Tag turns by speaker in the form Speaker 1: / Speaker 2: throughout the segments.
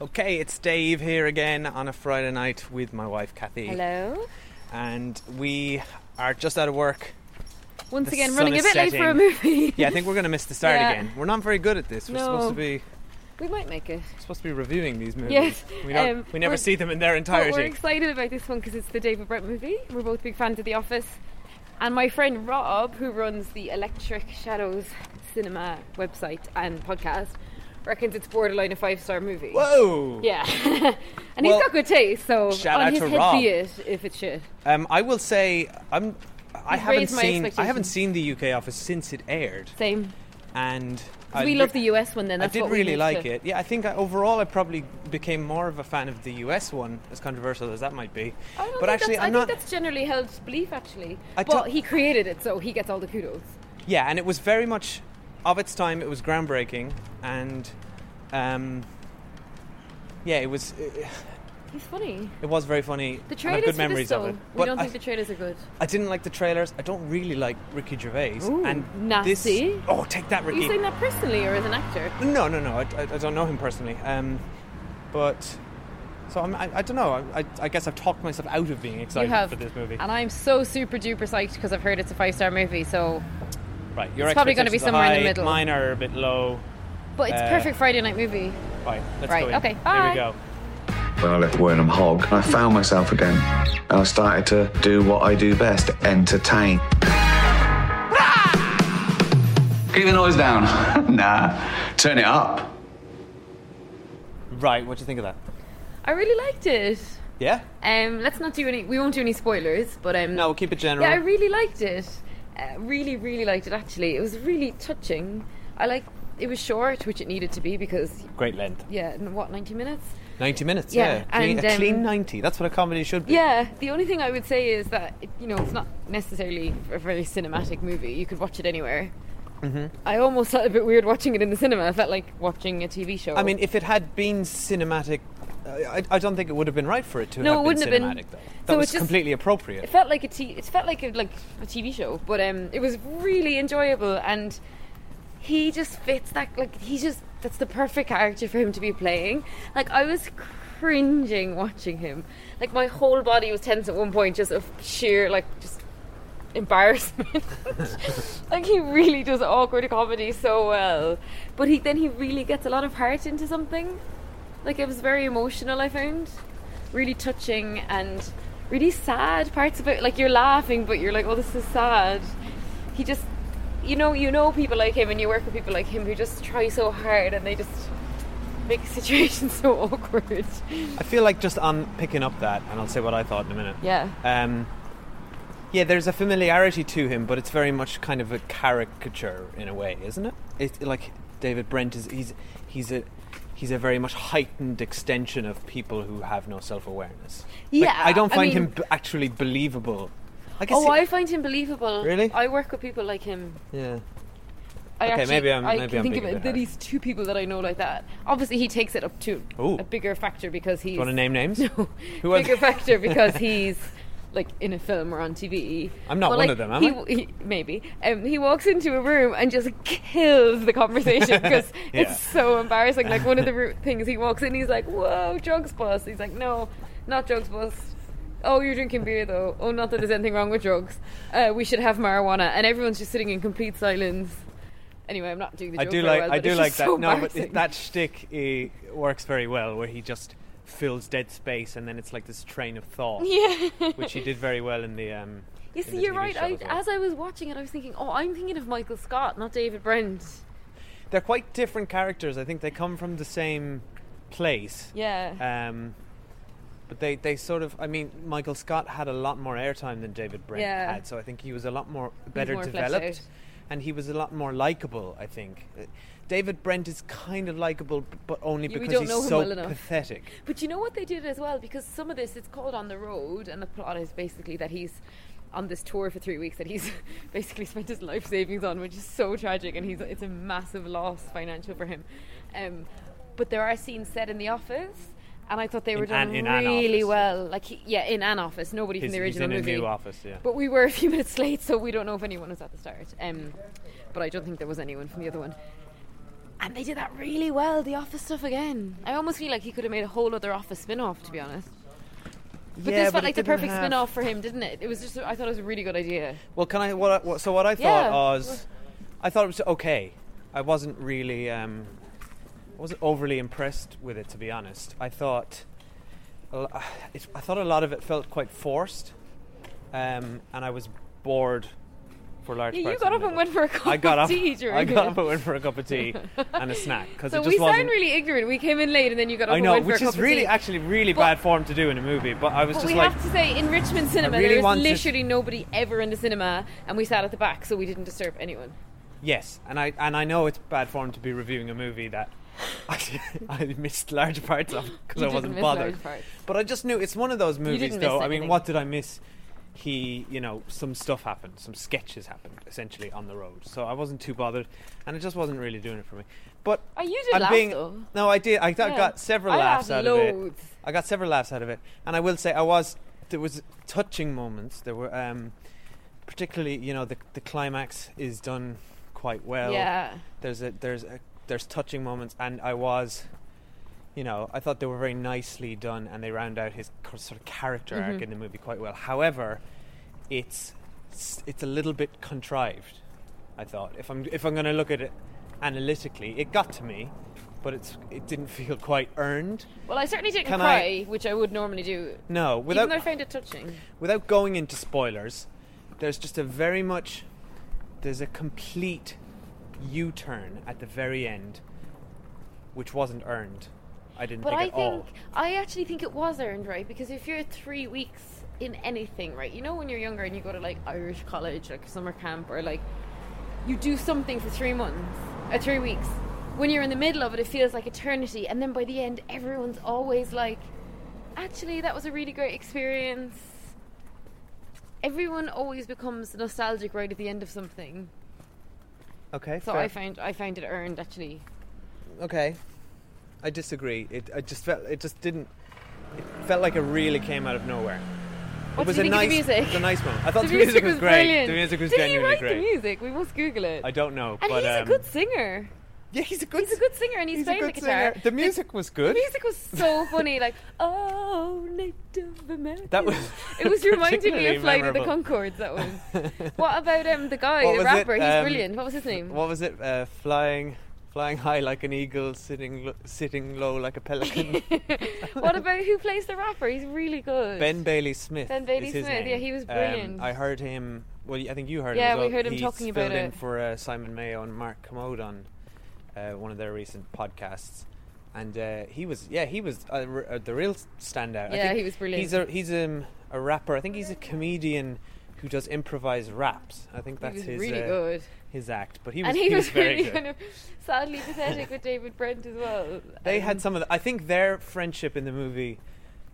Speaker 1: Okay, it's Dave here again on a Friday night with my wife Kathy.
Speaker 2: Hello.
Speaker 1: And we are just out of work.
Speaker 2: Once
Speaker 1: The
Speaker 2: again,
Speaker 1: sun
Speaker 2: running a
Speaker 1: is
Speaker 2: bit late
Speaker 1: setting.
Speaker 2: for a movie.
Speaker 1: Yeah, I think we're going to miss the start
Speaker 2: Yeah.
Speaker 1: again. We're not very good at this. We're supposed to
Speaker 2: No.
Speaker 1: be
Speaker 2: we might make it.
Speaker 1: supposed to be reviewing these movies.
Speaker 2: Yes,
Speaker 1: We, don't,
Speaker 2: um,
Speaker 1: we never
Speaker 2: we're-
Speaker 1: see them in their
Speaker 2: But we're
Speaker 1: entirety.
Speaker 2: excited about this one because it's the David Brent movie. We're both big fans of The Office. And my friend Rob, who runs the Electric Shadows cinema website and podcast, reckons it's borderline a five star movie.
Speaker 1: Whoa!
Speaker 2: Yeah. and
Speaker 1: Well,
Speaker 2: he's got good taste, so
Speaker 1: shout
Speaker 2: on
Speaker 1: out
Speaker 2: his
Speaker 1: to
Speaker 2: head
Speaker 1: Rob.
Speaker 2: be it if it's shit.
Speaker 1: Um, I will say I'm. I
Speaker 2: You've
Speaker 1: haven't
Speaker 2: raised my
Speaker 1: seen. I haven't
Speaker 2: expectations.
Speaker 1: seen the UK office since it aired,
Speaker 2: Same.
Speaker 1: and
Speaker 2: 'Cause
Speaker 1: I
Speaker 2: we
Speaker 1: re-
Speaker 2: love the US one then.
Speaker 1: I
Speaker 2: That's
Speaker 1: did
Speaker 2: what we
Speaker 1: really
Speaker 2: need
Speaker 1: like
Speaker 2: to-
Speaker 1: it. Yeah, I think I, overall I probably became more of a fan of the US one, as controversial as that might be.
Speaker 2: Oh, I don't
Speaker 1: but
Speaker 2: think
Speaker 1: actually,
Speaker 2: that's,
Speaker 1: I'm
Speaker 2: I
Speaker 1: not.
Speaker 2: think that's generally held belief, actually.
Speaker 1: I
Speaker 2: but
Speaker 1: don't-
Speaker 2: he created it, so he gets all the kudos.
Speaker 1: Yeah, and it was very much of its time. It was groundbreaking, and um, yeah, it was it,
Speaker 2: He's funny.
Speaker 1: it was very funny. and I
Speaker 2: The
Speaker 1: have
Speaker 2: trailers
Speaker 1: good
Speaker 2: for this
Speaker 1: memories
Speaker 2: though,
Speaker 1: of it.
Speaker 2: we
Speaker 1: But
Speaker 2: don't
Speaker 1: I,
Speaker 2: think the trailers are good.
Speaker 1: I didn't like the trailers. I don't really like Ricky Gervais.
Speaker 2: Ooh,
Speaker 1: and
Speaker 2: nasty.
Speaker 1: This, oh, take that,
Speaker 2: Are you
Speaker 1: Ricky!
Speaker 2: saying that personally or as an actor?
Speaker 1: No, no, no. I, I, I don't know him personally. Um, but so I'm, I, I don't know. I, I, I guess I've talked myself out of being excited for this movie.
Speaker 2: and I'm so super duper psyched because I've heard it's a five star movie. So,
Speaker 1: right, your
Speaker 2: it's probably gonna be
Speaker 1: expectations are
Speaker 2: somewhere in the
Speaker 1: high,
Speaker 2: middle.
Speaker 1: Mine are a bit low.
Speaker 2: but it's
Speaker 1: Uh,
Speaker 2: perfect Friday night movie.
Speaker 1: Right, let's
Speaker 2: Right,
Speaker 1: go in.
Speaker 2: okay,
Speaker 1: Here we
Speaker 2: bye.
Speaker 1: go.
Speaker 3: When I left Wernham Hog, I found myself again. And I started to do what I do best entertain. Keep the noise down. nah, turn it up.
Speaker 1: Right, what do you think of that?
Speaker 2: I really liked it.
Speaker 1: Yeah.
Speaker 2: Um, let's not do any. We won't do any spoilers, but um,
Speaker 1: No, we'll keep it general.
Speaker 2: yeah, I really liked it. Uh, really, really liked it. Actually, it was really touching. I like. It was short, which it needed to be because
Speaker 1: Great length.
Speaker 2: yeah, n- what ninety minutes?
Speaker 1: 90 minutes, yeah.
Speaker 2: Yeah,
Speaker 1: Clean,
Speaker 2: and,
Speaker 1: a clean
Speaker 2: um,
Speaker 1: 90. That's what a comedy should be.
Speaker 2: Yeah, the only thing I would say is that it- you know it's not necessarily a very cinematic movie. You could watch it anywhere. Mm-hmm. I almost felt a bit weird watching it in the cinema. I felt like watching a TV show.
Speaker 1: I mean, if it had been cinematic, uh, I, I don't think it would have been right for it to
Speaker 2: No,
Speaker 1: have
Speaker 2: it
Speaker 1: been
Speaker 2: wouldn't have
Speaker 1: cinematic,
Speaker 2: been.
Speaker 1: though. That
Speaker 2: So it
Speaker 1: was
Speaker 2: just-
Speaker 1: completely appropriate.
Speaker 2: it felt like a t- it felt like a, like a TV show, but um, it was really enjoyable. And he just fits that like he's just that's the perfect character for him to be playing. Like I was cringing watching him. Like my whole body was tense at one point, just of sheer like just embarrassment. like he really does awkward comedy so well, but he then he really gets a lot of heart into something. Like it was very emotional. I found really touching and really sad parts of it. Like you're laughing, but you're like, oh, this is sad. He just, you know, you know people like him, and you work with people like him who just try so hard, and they just make situations so awkward.
Speaker 1: I feel like just on picking up that, and I'll say what I thought in a minute.
Speaker 2: Yeah.
Speaker 1: Um, yeah, there's a familiarity to him, but it's very much kind of a caricature in a way, isn't it? It's like David Brent is he's he's a he's a very much heightened extension of people who have no self awareness.
Speaker 2: Yeah,
Speaker 1: I don't
Speaker 2: I
Speaker 1: find
Speaker 2: mean-
Speaker 1: him b- actually believable. I guess
Speaker 2: Oh,
Speaker 1: he-
Speaker 2: I find him believable.
Speaker 1: Really?
Speaker 2: I work with people like him.
Speaker 1: yeah.
Speaker 2: I
Speaker 1: Okay,
Speaker 2: actually,
Speaker 1: maybe I'm-
Speaker 2: I
Speaker 1: maybe
Speaker 2: can
Speaker 1: I'm
Speaker 2: think
Speaker 1: being
Speaker 2: of
Speaker 1: a
Speaker 2: it.
Speaker 1: bit
Speaker 2: There
Speaker 1: harsh.
Speaker 2: is two people that I know like that. Obviously, he takes it up to
Speaker 1: Ooh.
Speaker 2: a bigger factor because he's
Speaker 1: Do you want to name names? Who are
Speaker 2: bigger
Speaker 1: they?
Speaker 2: factor because he's like in a film or on TV.
Speaker 1: I'm not
Speaker 2: But,
Speaker 1: one
Speaker 2: like,
Speaker 1: of them, am
Speaker 2: he,
Speaker 1: I?
Speaker 2: w- He, maybe um, he walks into a room and just kills the conversation because
Speaker 1: Yeah.
Speaker 2: it's so embarrassing. Like one of the ru- things he walks in, he's like, "Whoa, drugs bust." He's like, "No, not drugs bust." Oh, you're drinking beer though. Oh, not that there's anything wrong with drugs. Uh, we should have marijuana, and everyone's just sitting in complete silence. Anyway, I'm not doing the
Speaker 1: I
Speaker 2: joke
Speaker 1: do
Speaker 2: very
Speaker 1: like
Speaker 2: well,
Speaker 1: I
Speaker 2: but
Speaker 1: do
Speaker 2: it's
Speaker 1: like
Speaker 2: just
Speaker 1: that.
Speaker 2: so
Speaker 1: no, but
Speaker 2: embarrassing.
Speaker 1: it, that shtick uh, works very well, where he just fills dead space, and then it's like this train of thought,
Speaker 2: yeah.
Speaker 1: which he did very well in the. Um,
Speaker 2: You
Speaker 1: in
Speaker 2: see,
Speaker 1: the
Speaker 2: you're
Speaker 1: TV
Speaker 2: right.
Speaker 1: show
Speaker 2: I,
Speaker 1: as well.
Speaker 2: as I was watching it, I was thinking, oh, I'm thinking of Michael Scott, not David Brent.
Speaker 1: They're quite different characters. I think they come from the same place.
Speaker 2: Yeah.
Speaker 1: Um, but they, they sort of I mean Michael Scott had a lot more airtime than David Brent
Speaker 2: Yeah.
Speaker 1: had, so I think he was a lot more better
Speaker 2: more fleshed
Speaker 1: developed.
Speaker 2: out.
Speaker 1: and he was a lot more likable. I think Uh, David Brent is kind of likable, b- but only
Speaker 2: Yeah, we
Speaker 1: because
Speaker 2: don't
Speaker 1: he's
Speaker 2: know him
Speaker 1: so
Speaker 2: well enough.
Speaker 1: pathetic.
Speaker 2: But you know what they did as well? Because some of this, it's called On the Road, and the plot is basically that he's on this tour for three weeks that he's basically spent his life savings on, which is so tragic, and he's it's a massive loss financial for him. Um, but there are scenes set in the office. And I thought they were done
Speaker 1: an- in an
Speaker 2: really
Speaker 1: office,
Speaker 2: well. Like, he, yeah, in an office. Nobody from
Speaker 1: He's,
Speaker 2: the
Speaker 1: he's
Speaker 2: original
Speaker 1: in
Speaker 2: movie.
Speaker 1: a new office. Yeah.
Speaker 2: But we were a few minutes late, so we don't know if anyone was at the start. Um, but I don't think there was anyone from the other one. And they did that really well, the office stuff again. I almost feel like he could have made a whole other office spin off, to be honest. But
Speaker 1: Yeah,
Speaker 2: this felt
Speaker 1: it
Speaker 2: like the
Speaker 1: didn't
Speaker 2: perfect
Speaker 1: have-
Speaker 2: spin off for him, didn't it? It was just, I thought it was a really good idea.
Speaker 1: Well, can I? What, I- what, so what I thought
Speaker 2: Yeah.
Speaker 1: was, I thought it was okay. I wasn't really, um, I wasn't overly impressed with it to be honest. I thought, a lo- it, I thought a lot of it felt quite forced, um, and I was bored for large
Speaker 2: Yeah, you
Speaker 1: parts.
Speaker 2: got
Speaker 1: of
Speaker 2: up
Speaker 1: the
Speaker 2: and
Speaker 1: middle.
Speaker 2: went for a cup
Speaker 1: I got
Speaker 2: of
Speaker 1: up,
Speaker 2: tea during
Speaker 1: I got
Speaker 2: it.
Speaker 1: up and went for a cup of tea and a snack because
Speaker 2: So
Speaker 1: it
Speaker 2: we
Speaker 1: just
Speaker 2: sound
Speaker 1: wasn't.
Speaker 2: really ignorant. We came in late and then you got up
Speaker 1: I know,
Speaker 2: and went
Speaker 1: which
Speaker 2: for a cup
Speaker 1: is really
Speaker 2: of tea.
Speaker 1: actually really
Speaker 2: But-
Speaker 1: bad form to do in a movie, but I was
Speaker 2: But
Speaker 1: just
Speaker 2: we
Speaker 1: like,
Speaker 2: have to say, in Richmond cinema,
Speaker 1: really
Speaker 2: there was
Speaker 1: wanted-
Speaker 2: literally nobody ever in the cinema, and we sat at the back, so we didn't disturb anyone.
Speaker 1: Yes, and I and I know it's bad form to be reviewing a movie that I, I missed large parts of because
Speaker 2: You
Speaker 1: I
Speaker 2: didn't
Speaker 1: wasn't
Speaker 2: miss
Speaker 1: bothered.
Speaker 2: large parts.
Speaker 1: But I just knew it's one of those movies,
Speaker 2: didn't
Speaker 1: though.
Speaker 2: miss
Speaker 1: I mean,
Speaker 2: anything.
Speaker 1: what did I miss? He, you know, some stuff happened, some sketches happened, essentially on the road. So I wasn't too bothered, and it just wasn't really doing it for me. But
Speaker 2: Oh, you did
Speaker 1: I'm
Speaker 2: laugh,
Speaker 1: being
Speaker 2: though.
Speaker 1: no, I did. I got,
Speaker 2: Yeah.
Speaker 1: got several
Speaker 2: I
Speaker 1: laughs out
Speaker 2: laughed
Speaker 1: of it.
Speaker 2: loads.
Speaker 1: I got several laughs out of it, and I will say I was there was touching moments. There were um, particularly, you know, the the climax is done quite well
Speaker 2: yeah.
Speaker 1: there's a there's a there's touching moments and i was you know i thought they were very nicely done and they round out his cor- sort of character
Speaker 2: Mm-hmm.
Speaker 1: arc in the movie quite well however it's s- it's a little bit contrived i thought if i'm if i'm going to look at it analytically it got to me but it's it didn't feel quite earned
Speaker 2: Well, I certainly didn't
Speaker 1: Can
Speaker 2: cry, which I would normally do.
Speaker 1: no
Speaker 2: even
Speaker 1: without
Speaker 2: though I found it touching.
Speaker 1: without going into spoilers, there's just a very much there's a complete U-turn at the very end, which wasn't earned. I didn't
Speaker 2: But
Speaker 1: think
Speaker 2: I
Speaker 1: at
Speaker 2: think
Speaker 1: all.
Speaker 2: I actually think it was earned, right? Because if you're three weeks in anything, right? You know, when you're younger and you go to like Irish college, like summer camp, or like you do something for three months, or three weeks. When you're in the middle of it, it feels like eternity, and then by the end, everyone's always like, "Actually, that was a really great experience." Everyone always becomes nostalgic right at the end of something.
Speaker 1: Okay,
Speaker 2: So
Speaker 1: fair.
Speaker 2: I found I found it earned actually.
Speaker 1: okay. I disagree. It I just felt it just didn't. It felt like it really came out of nowhere.
Speaker 2: What
Speaker 1: it was
Speaker 2: did
Speaker 1: a
Speaker 2: you think
Speaker 1: nice,
Speaker 2: of the music?
Speaker 1: It was a nice one. I thought the, music, was, great.
Speaker 2: brilliant.
Speaker 1: The music was
Speaker 2: Did he
Speaker 1: genuinely
Speaker 2: write
Speaker 1: great.
Speaker 2: the music? We must Google it.
Speaker 1: I don't know,
Speaker 2: and
Speaker 1: but
Speaker 2: he's
Speaker 1: um,
Speaker 2: a good singer.
Speaker 1: yeah, he's a good.
Speaker 2: He's a good singer, and he's,
Speaker 1: he's a
Speaker 2: playing the
Speaker 1: good
Speaker 2: guitar.
Speaker 1: singer. The music was good.
Speaker 2: The music was so funny, like "Oh, Native American."
Speaker 1: That was
Speaker 2: It was reminding me
Speaker 1: particularly
Speaker 2: of Flight of the
Speaker 1: memorable.
Speaker 2: Concords. That was. what about um the guy,
Speaker 1: What
Speaker 2: the
Speaker 1: was it?
Speaker 2: rapper? He's
Speaker 1: Um,
Speaker 2: brilliant. What was his name?
Speaker 1: What was it? Uh, flying, flying high like an eagle, sitting lo- sitting low like a pelican.
Speaker 2: What about who plays the rapper? He's really good.
Speaker 1: ben Bailey Smith.
Speaker 2: Ben Bailey
Speaker 1: is his
Speaker 2: Smith,
Speaker 1: name.
Speaker 2: yeah, he was
Speaker 1: Um,
Speaker 2: brilliant.
Speaker 1: I heard him. Well, I think you heard
Speaker 2: Yeah,
Speaker 1: him. as
Speaker 2: we
Speaker 1: well.
Speaker 2: heard him
Speaker 1: He's
Speaker 2: talking about
Speaker 1: filled in
Speaker 2: it.
Speaker 1: for uh, Simon Mayo and Mark Commode on uh, one of their recent podcasts. And uh, he was, yeah, he was uh, r- uh, the real standout. I
Speaker 2: Yeah,
Speaker 1: think
Speaker 2: he was brilliant.
Speaker 1: He's a he's um, a rapper. I think he's a comedian who does improvised raps. I think that's
Speaker 2: was
Speaker 1: his
Speaker 2: really
Speaker 1: uh,
Speaker 2: good.
Speaker 1: his act. But he was
Speaker 2: and he, was,
Speaker 1: very
Speaker 2: really
Speaker 1: good.
Speaker 2: kind of sadly pathetic with David Brent as well.
Speaker 1: They
Speaker 2: Um,
Speaker 1: had some of the. I think their friendship in the movie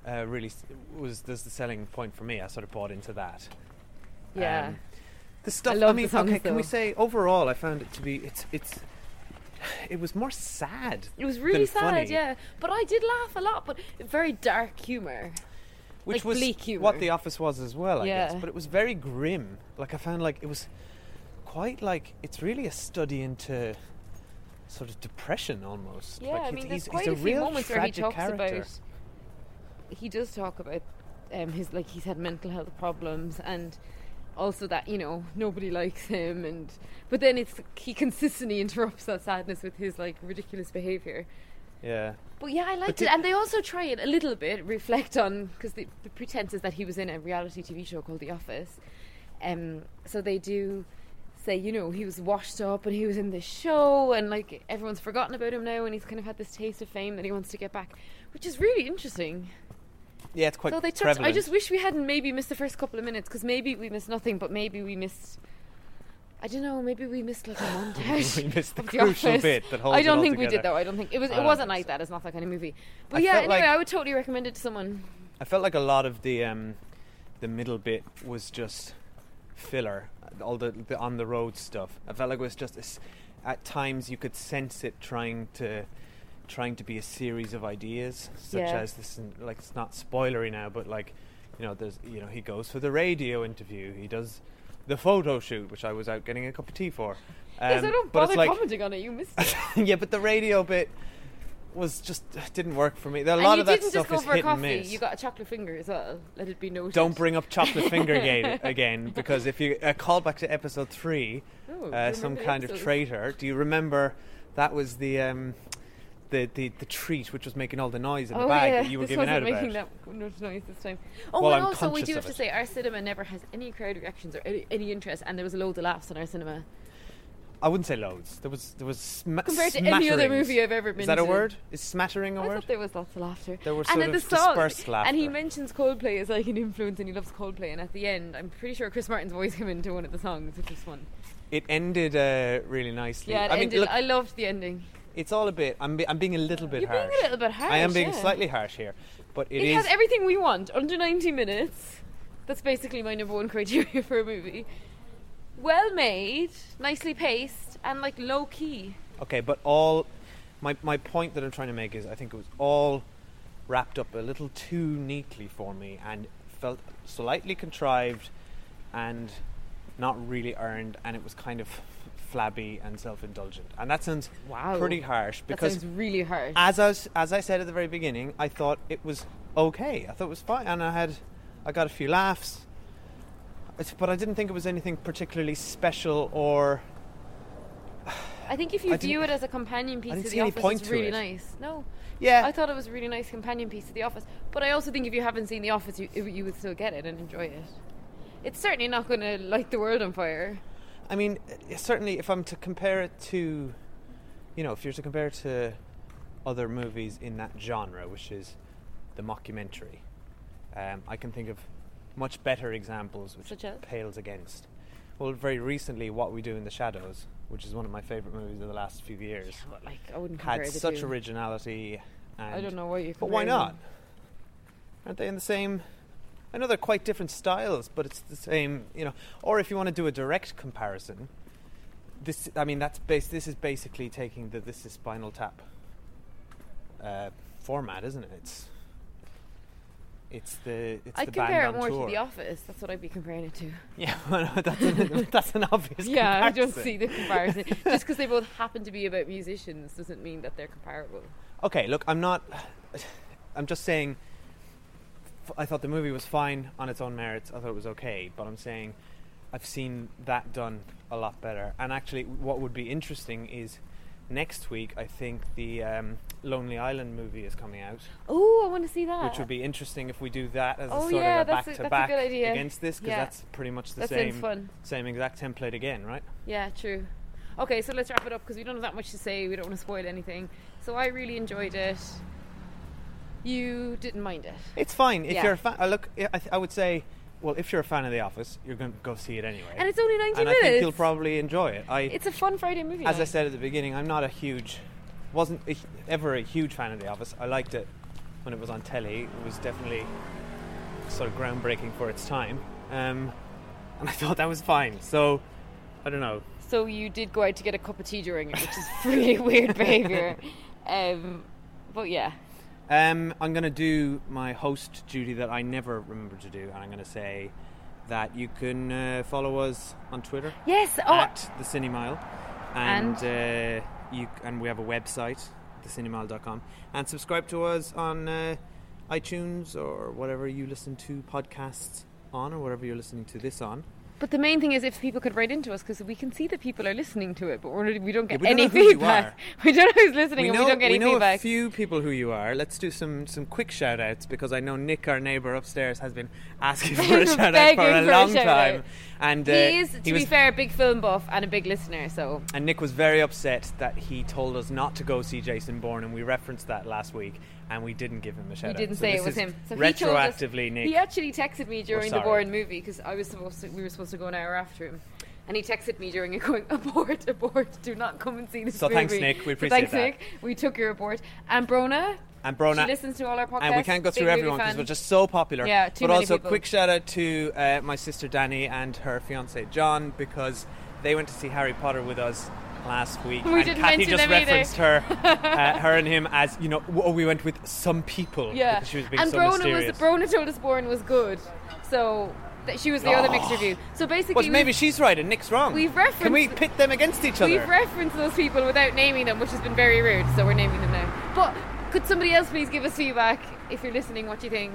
Speaker 1: uh, really s- was was the selling point for me. I sort of bought into that.
Speaker 2: yeah.
Speaker 1: Um, the stuff. I,
Speaker 2: love the
Speaker 1: mean,
Speaker 2: songs,
Speaker 1: okay. Can we
Speaker 2: though.
Speaker 1: say overall? I found it to be. It's it's. It was more sad.
Speaker 2: It was really
Speaker 1: than
Speaker 2: sad,
Speaker 1: funny,
Speaker 2: yeah. But I did laugh a lot, but very dark humor.
Speaker 1: Which
Speaker 2: like
Speaker 1: was
Speaker 2: bleak humour.
Speaker 1: what The Office was as well, I
Speaker 2: Yeah.
Speaker 1: guess. But it was very grim. Like I found, like it was quite like it's really a study into sort of depression almost.
Speaker 2: Yeah,
Speaker 1: like
Speaker 2: I
Speaker 1: he's-
Speaker 2: mean,
Speaker 1: he's,
Speaker 2: there's quite
Speaker 1: he's
Speaker 2: a,
Speaker 1: a,
Speaker 2: few
Speaker 1: real
Speaker 2: moments where he
Speaker 1: tragic
Speaker 2: talks
Speaker 1: character.
Speaker 2: about. He does talk about um, his like he's had mental health problems and also that you know nobody likes him and but then it's he consistently interrupts that sadness with his like ridiculous behavior.
Speaker 1: Yeah.
Speaker 2: But yeah, I liked
Speaker 1: did-
Speaker 2: it, and they also try it a little bit, reflect on because the, the pretense is that he was in a reality TV show called The Office. Um, so they do say, you know, he was washed up and he was in this show, and like everyone's forgotten about him now, and he's kind of had this taste of fame that he wants to get back, which is really interesting.
Speaker 1: Yeah, it's quite.
Speaker 2: so they touched. I
Speaker 1: prevalent.
Speaker 2: just wish we hadn't maybe missed the first couple of minutes because maybe we missed nothing, but maybe we missed I don't know. Maybe we missed like a montage.
Speaker 1: We missed the
Speaker 2: of
Speaker 1: crucial
Speaker 2: Office.
Speaker 1: bit that holds
Speaker 2: I
Speaker 1: it
Speaker 2: don't
Speaker 1: all
Speaker 2: think we did
Speaker 1: together.
Speaker 2: though. I don't think it was.
Speaker 1: I
Speaker 2: It
Speaker 1: don't
Speaker 2: wasn't
Speaker 1: think
Speaker 2: like
Speaker 1: so.
Speaker 2: that. It's not that kind of movie. But
Speaker 1: I
Speaker 2: yeah,
Speaker 1: felt
Speaker 2: anyway,
Speaker 1: like-
Speaker 2: I would totally recommend it to someone.
Speaker 1: I felt like a lot of the um, the middle bit was just filler. All the, the on the road stuff. I felt like it was just a s at times you could sense it trying to trying to be a series of ideas, such
Speaker 2: Yeah.
Speaker 1: as this. isn't- Like it's not spoilery now, but like you know, there's you know he goes for the radio interview. He does the photo shoot, which I was out getting a cup of tea for. Um,
Speaker 2: Yes, I don't
Speaker 1: but it's
Speaker 2: bother
Speaker 1: like-
Speaker 2: commenting on it. You missed it.
Speaker 1: yeah, but the radio bit was just didn't work for me. There- A
Speaker 2: and
Speaker 1: lot
Speaker 2: you
Speaker 1: of that
Speaker 2: didn't
Speaker 1: stuff
Speaker 2: just go
Speaker 1: is
Speaker 2: for a
Speaker 1: hit and
Speaker 2: coffee.
Speaker 1: miss.
Speaker 2: You got a chocolate finger as well. Let it be noted.
Speaker 1: Don't bring up chocolate finger gate again because if you a callback to episode three,
Speaker 2: Oh, do you
Speaker 1: uh,
Speaker 2: remember
Speaker 1: some
Speaker 2: the
Speaker 1: kind of
Speaker 2: episode?
Speaker 1: traitor. Do you remember that was the um, the, the the treat which was making all the noise in
Speaker 2: Oh
Speaker 1: the bag
Speaker 2: yeah,
Speaker 1: that you were
Speaker 2: this
Speaker 1: giving out
Speaker 2: wasn't
Speaker 1: about?
Speaker 2: making that much noise this time. Oh,
Speaker 1: Well,
Speaker 2: and
Speaker 1: I'm
Speaker 2: also we do
Speaker 1: conscious
Speaker 2: have
Speaker 1: of
Speaker 2: to
Speaker 1: it.
Speaker 2: say our cinema never has any crowd reactions or any, any interest, and there was loads of laughs in our cinema.
Speaker 1: I wouldn't say loads. There was there was sma-
Speaker 2: Compared to any other
Speaker 1: smatterings.
Speaker 2: movie I've ever
Speaker 1: Is
Speaker 2: been
Speaker 1: that a
Speaker 2: to.
Speaker 1: word? Is smattering a
Speaker 2: I
Speaker 1: word?
Speaker 2: thought there was lots of laughter.
Speaker 1: There were
Speaker 2: and
Speaker 1: sort
Speaker 2: then
Speaker 1: of
Speaker 2: the song,
Speaker 1: dispersed
Speaker 2: And he
Speaker 1: laughter.
Speaker 2: mentions Coldplay as like an influence, and he loves Coldplay. And at the end, I'm pretty sure Chris Martin's voice came into one of the songs, which was fun.
Speaker 1: It ended uh, really nicely.
Speaker 2: Yeah, it
Speaker 1: I mean,
Speaker 2: ended.
Speaker 1: look,
Speaker 2: I loved the ending.
Speaker 1: it's all a bit. I'm be- I'm being a little bit
Speaker 2: You're
Speaker 1: harsh.
Speaker 2: being a little bit harsh.
Speaker 1: I am being
Speaker 2: yeah.
Speaker 1: slightly harsh here, but
Speaker 2: It,
Speaker 1: is
Speaker 2: has everything we want under 90 minutes. That's basically my number one criteria for a movie. Well made, nicely paced, and like low key.
Speaker 1: Okay, but all my my point that I'm trying to make is I think it was all wrapped up a little too neatly for me and felt slightly contrived and not really earned and it was kind of flabby and self-indulgent. And that sounds
Speaker 2: Wow.
Speaker 1: pretty harsh because
Speaker 2: that sounds really harsh.
Speaker 1: as I was, as I said at the very beginning, I thought it was okay. I thought it was fine, and I had I got a few laughs, It's- but I didn't think it was anything particularly special or
Speaker 2: I think if you
Speaker 1: I didn't-
Speaker 2: view it as a companion piece
Speaker 1: didn't
Speaker 2: to
Speaker 1: see
Speaker 2: The
Speaker 1: any
Speaker 2: Office,
Speaker 1: point
Speaker 2: it's
Speaker 1: to
Speaker 2: really
Speaker 1: it.
Speaker 2: nice. No,
Speaker 1: yeah.
Speaker 2: I thought it was a really nice companion piece to The Office. But I also think if you haven't seen The Office, you, you would still get it and enjoy it. It's certainly not going to light the world on fire.
Speaker 1: I mean, uh, certainly, if I'm to compare it to, you know, if you're to compare it to other movies in that genre, which is the mockumentary, um, I can think of much better examples which
Speaker 2: Such as?
Speaker 1: pales against. Well, very recently, What We Do in the Shadows, which is one of my favorite movies of the last few years,
Speaker 2: But like, I wouldn't compare
Speaker 1: had
Speaker 2: the
Speaker 1: such
Speaker 2: two.
Speaker 1: originality. And
Speaker 2: I don't know why you.
Speaker 1: But why
Speaker 2: comparing
Speaker 1: not?
Speaker 2: them.
Speaker 1: Aren't they in the same? I know they're quite different styles, but it's the same, you know. Or if you want to do a direct comparison, this I mean that's bas- this is basically taking the this is Spinal Tap uh, format, isn't it? It's it's the it's
Speaker 2: I'd
Speaker 1: the
Speaker 2: compare
Speaker 1: band on
Speaker 2: it more
Speaker 1: tour.
Speaker 2: to The Office. That's what I'd be comparing it to.
Speaker 1: Yeah, well, no, that's an, that's an obvious.
Speaker 2: yeah, I don't
Speaker 1: comparison.
Speaker 2: see the comparison. Just because they both happen to be about musicians doesn't mean that they're comparable.
Speaker 1: Okay, look, I'm not. I'm just saying. f- I thought the movie was fine on its own merits. I thought it was okay, but I'm saying I've seen that done a lot better. And actually, what would be interesting is next week. I think the um, Lonely Island movie is coming out,
Speaker 2: Oh, I want to see that.
Speaker 1: which would be interesting if we do that as
Speaker 2: Oh,
Speaker 1: a sort
Speaker 2: yeah,
Speaker 1: of a back
Speaker 2: that's a- that's a
Speaker 1: to
Speaker 2: good
Speaker 1: back
Speaker 2: idea.
Speaker 1: against this because
Speaker 2: Yeah.
Speaker 1: that's pretty much the
Speaker 2: That sounds
Speaker 1: same
Speaker 2: fun.
Speaker 1: same exact template again, right?
Speaker 2: Yeah, true. Okay, so let's wrap it up because we don't have that much to say. We don't want to spoil anything. So I really enjoyed it. You didn't mind it.
Speaker 1: It's fine if
Speaker 2: Yeah.
Speaker 1: you're a fan. I look, I, I th- I would say, well, if you're a fan of The Office, you're going to go see it anyway.
Speaker 2: And it's only 90
Speaker 1: and
Speaker 2: minutes.
Speaker 1: I think you'll probably enjoy it. I,
Speaker 2: it's a fun Friday movie.
Speaker 1: as I
Speaker 2: night.
Speaker 1: said at the beginning, I'm not a huge, wasn't a, ever a huge fan of The Office. I liked it when it was on telly. It was definitely sort of groundbreaking for its time, um, and I thought that was fine. So I don't know.
Speaker 2: So you did go out to get a cup of tea during it, which is really weird behaviour. Um, but yeah.
Speaker 1: Um, I'm going to do my host duty that I never remember to do, and I'm going to say that you can uh, follow us on Twitter.
Speaker 2: Yes. Oh,
Speaker 1: at the Cinemile, and, uh, you and we have a website, thecinemile.com, and subscribe to us on uh, iTunes or whatever you listen to podcasts on, or whatever you're listening to this on.
Speaker 2: But the main thing is if people could write into us because we can see that people are listening to it, but we're, we don't get
Speaker 1: we don't
Speaker 2: any
Speaker 1: know who you
Speaker 2: feedback.
Speaker 1: are.
Speaker 2: We don't know who's listening and we don't get any
Speaker 1: know
Speaker 2: feedback.
Speaker 1: a few people who you are. Let's do some some quick shout outs because I know Nick, our neighbour upstairs, has been asking for a
Speaker 2: Begging
Speaker 1: shout out for
Speaker 2: for
Speaker 1: a
Speaker 2: a
Speaker 1: long
Speaker 2: shout-out.
Speaker 1: time. And uh,
Speaker 2: he is, to be
Speaker 1: was-
Speaker 2: fair, a big film buff and a big listener, so
Speaker 1: And Nick was very upset that he told us not to go see Jason Bourne, and we referenced that last week, and we didn't give him a shout
Speaker 2: we
Speaker 1: out.
Speaker 2: didn't
Speaker 1: So
Speaker 2: say
Speaker 1: this
Speaker 2: it was
Speaker 1: is
Speaker 2: him. So he told us-
Speaker 1: retroactively, Nick.
Speaker 2: He actually texted me during the
Speaker 1: sorry.
Speaker 2: Bourne movie because I was supposed to, we were supposed to go an hour after him. And he texted me during it going, abort, abort, do not come and see this
Speaker 1: So
Speaker 2: movie.
Speaker 1: thanks, Nick. We
Speaker 2: So
Speaker 1: appreciate
Speaker 2: thanks,
Speaker 1: that.
Speaker 2: Nick. We took your abort. And Brona.
Speaker 1: And Brona-
Speaker 2: She listens to all our podcasts.
Speaker 1: and we can't go
Speaker 2: Big
Speaker 1: through
Speaker 2: movie
Speaker 1: everyone because
Speaker 2: fan.
Speaker 1: we're just so popular.
Speaker 2: Yeah, too
Speaker 1: but
Speaker 2: many
Speaker 1: also,
Speaker 2: people.
Speaker 1: quick shout out to uh, my sister Danny and her fiance John because they went to see Harry Potter with us last week.
Speaker 2: We
Speaker 1: and
Speaker 2: didn't
Speaker 1: Kathy
Speaker 2: mention
Speaker 1: just
Speaker 2: them either.
Speaker 1: referenced her, uh, her and him as you know. w- Oh, we went with some people.
Speaker 2: Yeah.
Speaker 1: because she was being
Speaker 2: and
Speaker 1: so
Speaker 2: Brona
Speaker 1: mysterious.
Speaker 2: was Brona told us Bourne was good. So th- she was the other mixed review. So basically
Speaker 1: Oh. Well,
Speaker 2: we-
Speaker 1: maybe she's right and Nick's wrong.
Speaker 2: we've
Speaker 1: Can we
Speaker 2: referenced-
Speaker 1: pit them against each other?
Speaker 2: We've referenced those people without naming them, which has been very rude, so we're naming them now. But could somebody else please give us feedback if you're listening what you think?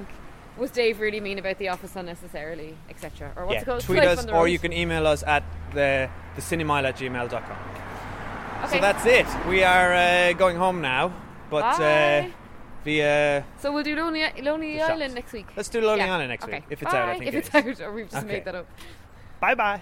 Speaker 2: Was Dave really mean about the office unnecessarily, etc.? Or what's
Speaker 1: yeah,
Speaker 2: it called?
Speaker 1: tweet
Speaker 2: Life
Speaker 1: us
Speaker 2: on the
Speaker 1: or
Speaker 2: road.
Speaker 1: you can email us at the thecinemile at gmail.com.
Speaker 2: Okay.
Speaker 1: So that's it. We are uh, going home now, but uh,
Speaker 2: Bye.
Speaker 1: via
Speaker 2: So we'll do Lonely, Lonely
Speaker 1: The shops.
Speaker 2: Island next week.
Speaker 1: Let's do Lonely Island next week,
Speaker 2: okay.
Speaker 1: if it's out, I
Speaker 2: Bye.
Speaker 1: think
Speaker 2: if
Speaker 1: it
Speaker 2: it's
Speaker 1: is.
Speaker 2: out, or we've just
Speaker 1: Okay.
Speaker 2: made that up.
Speaker 1: bye bye.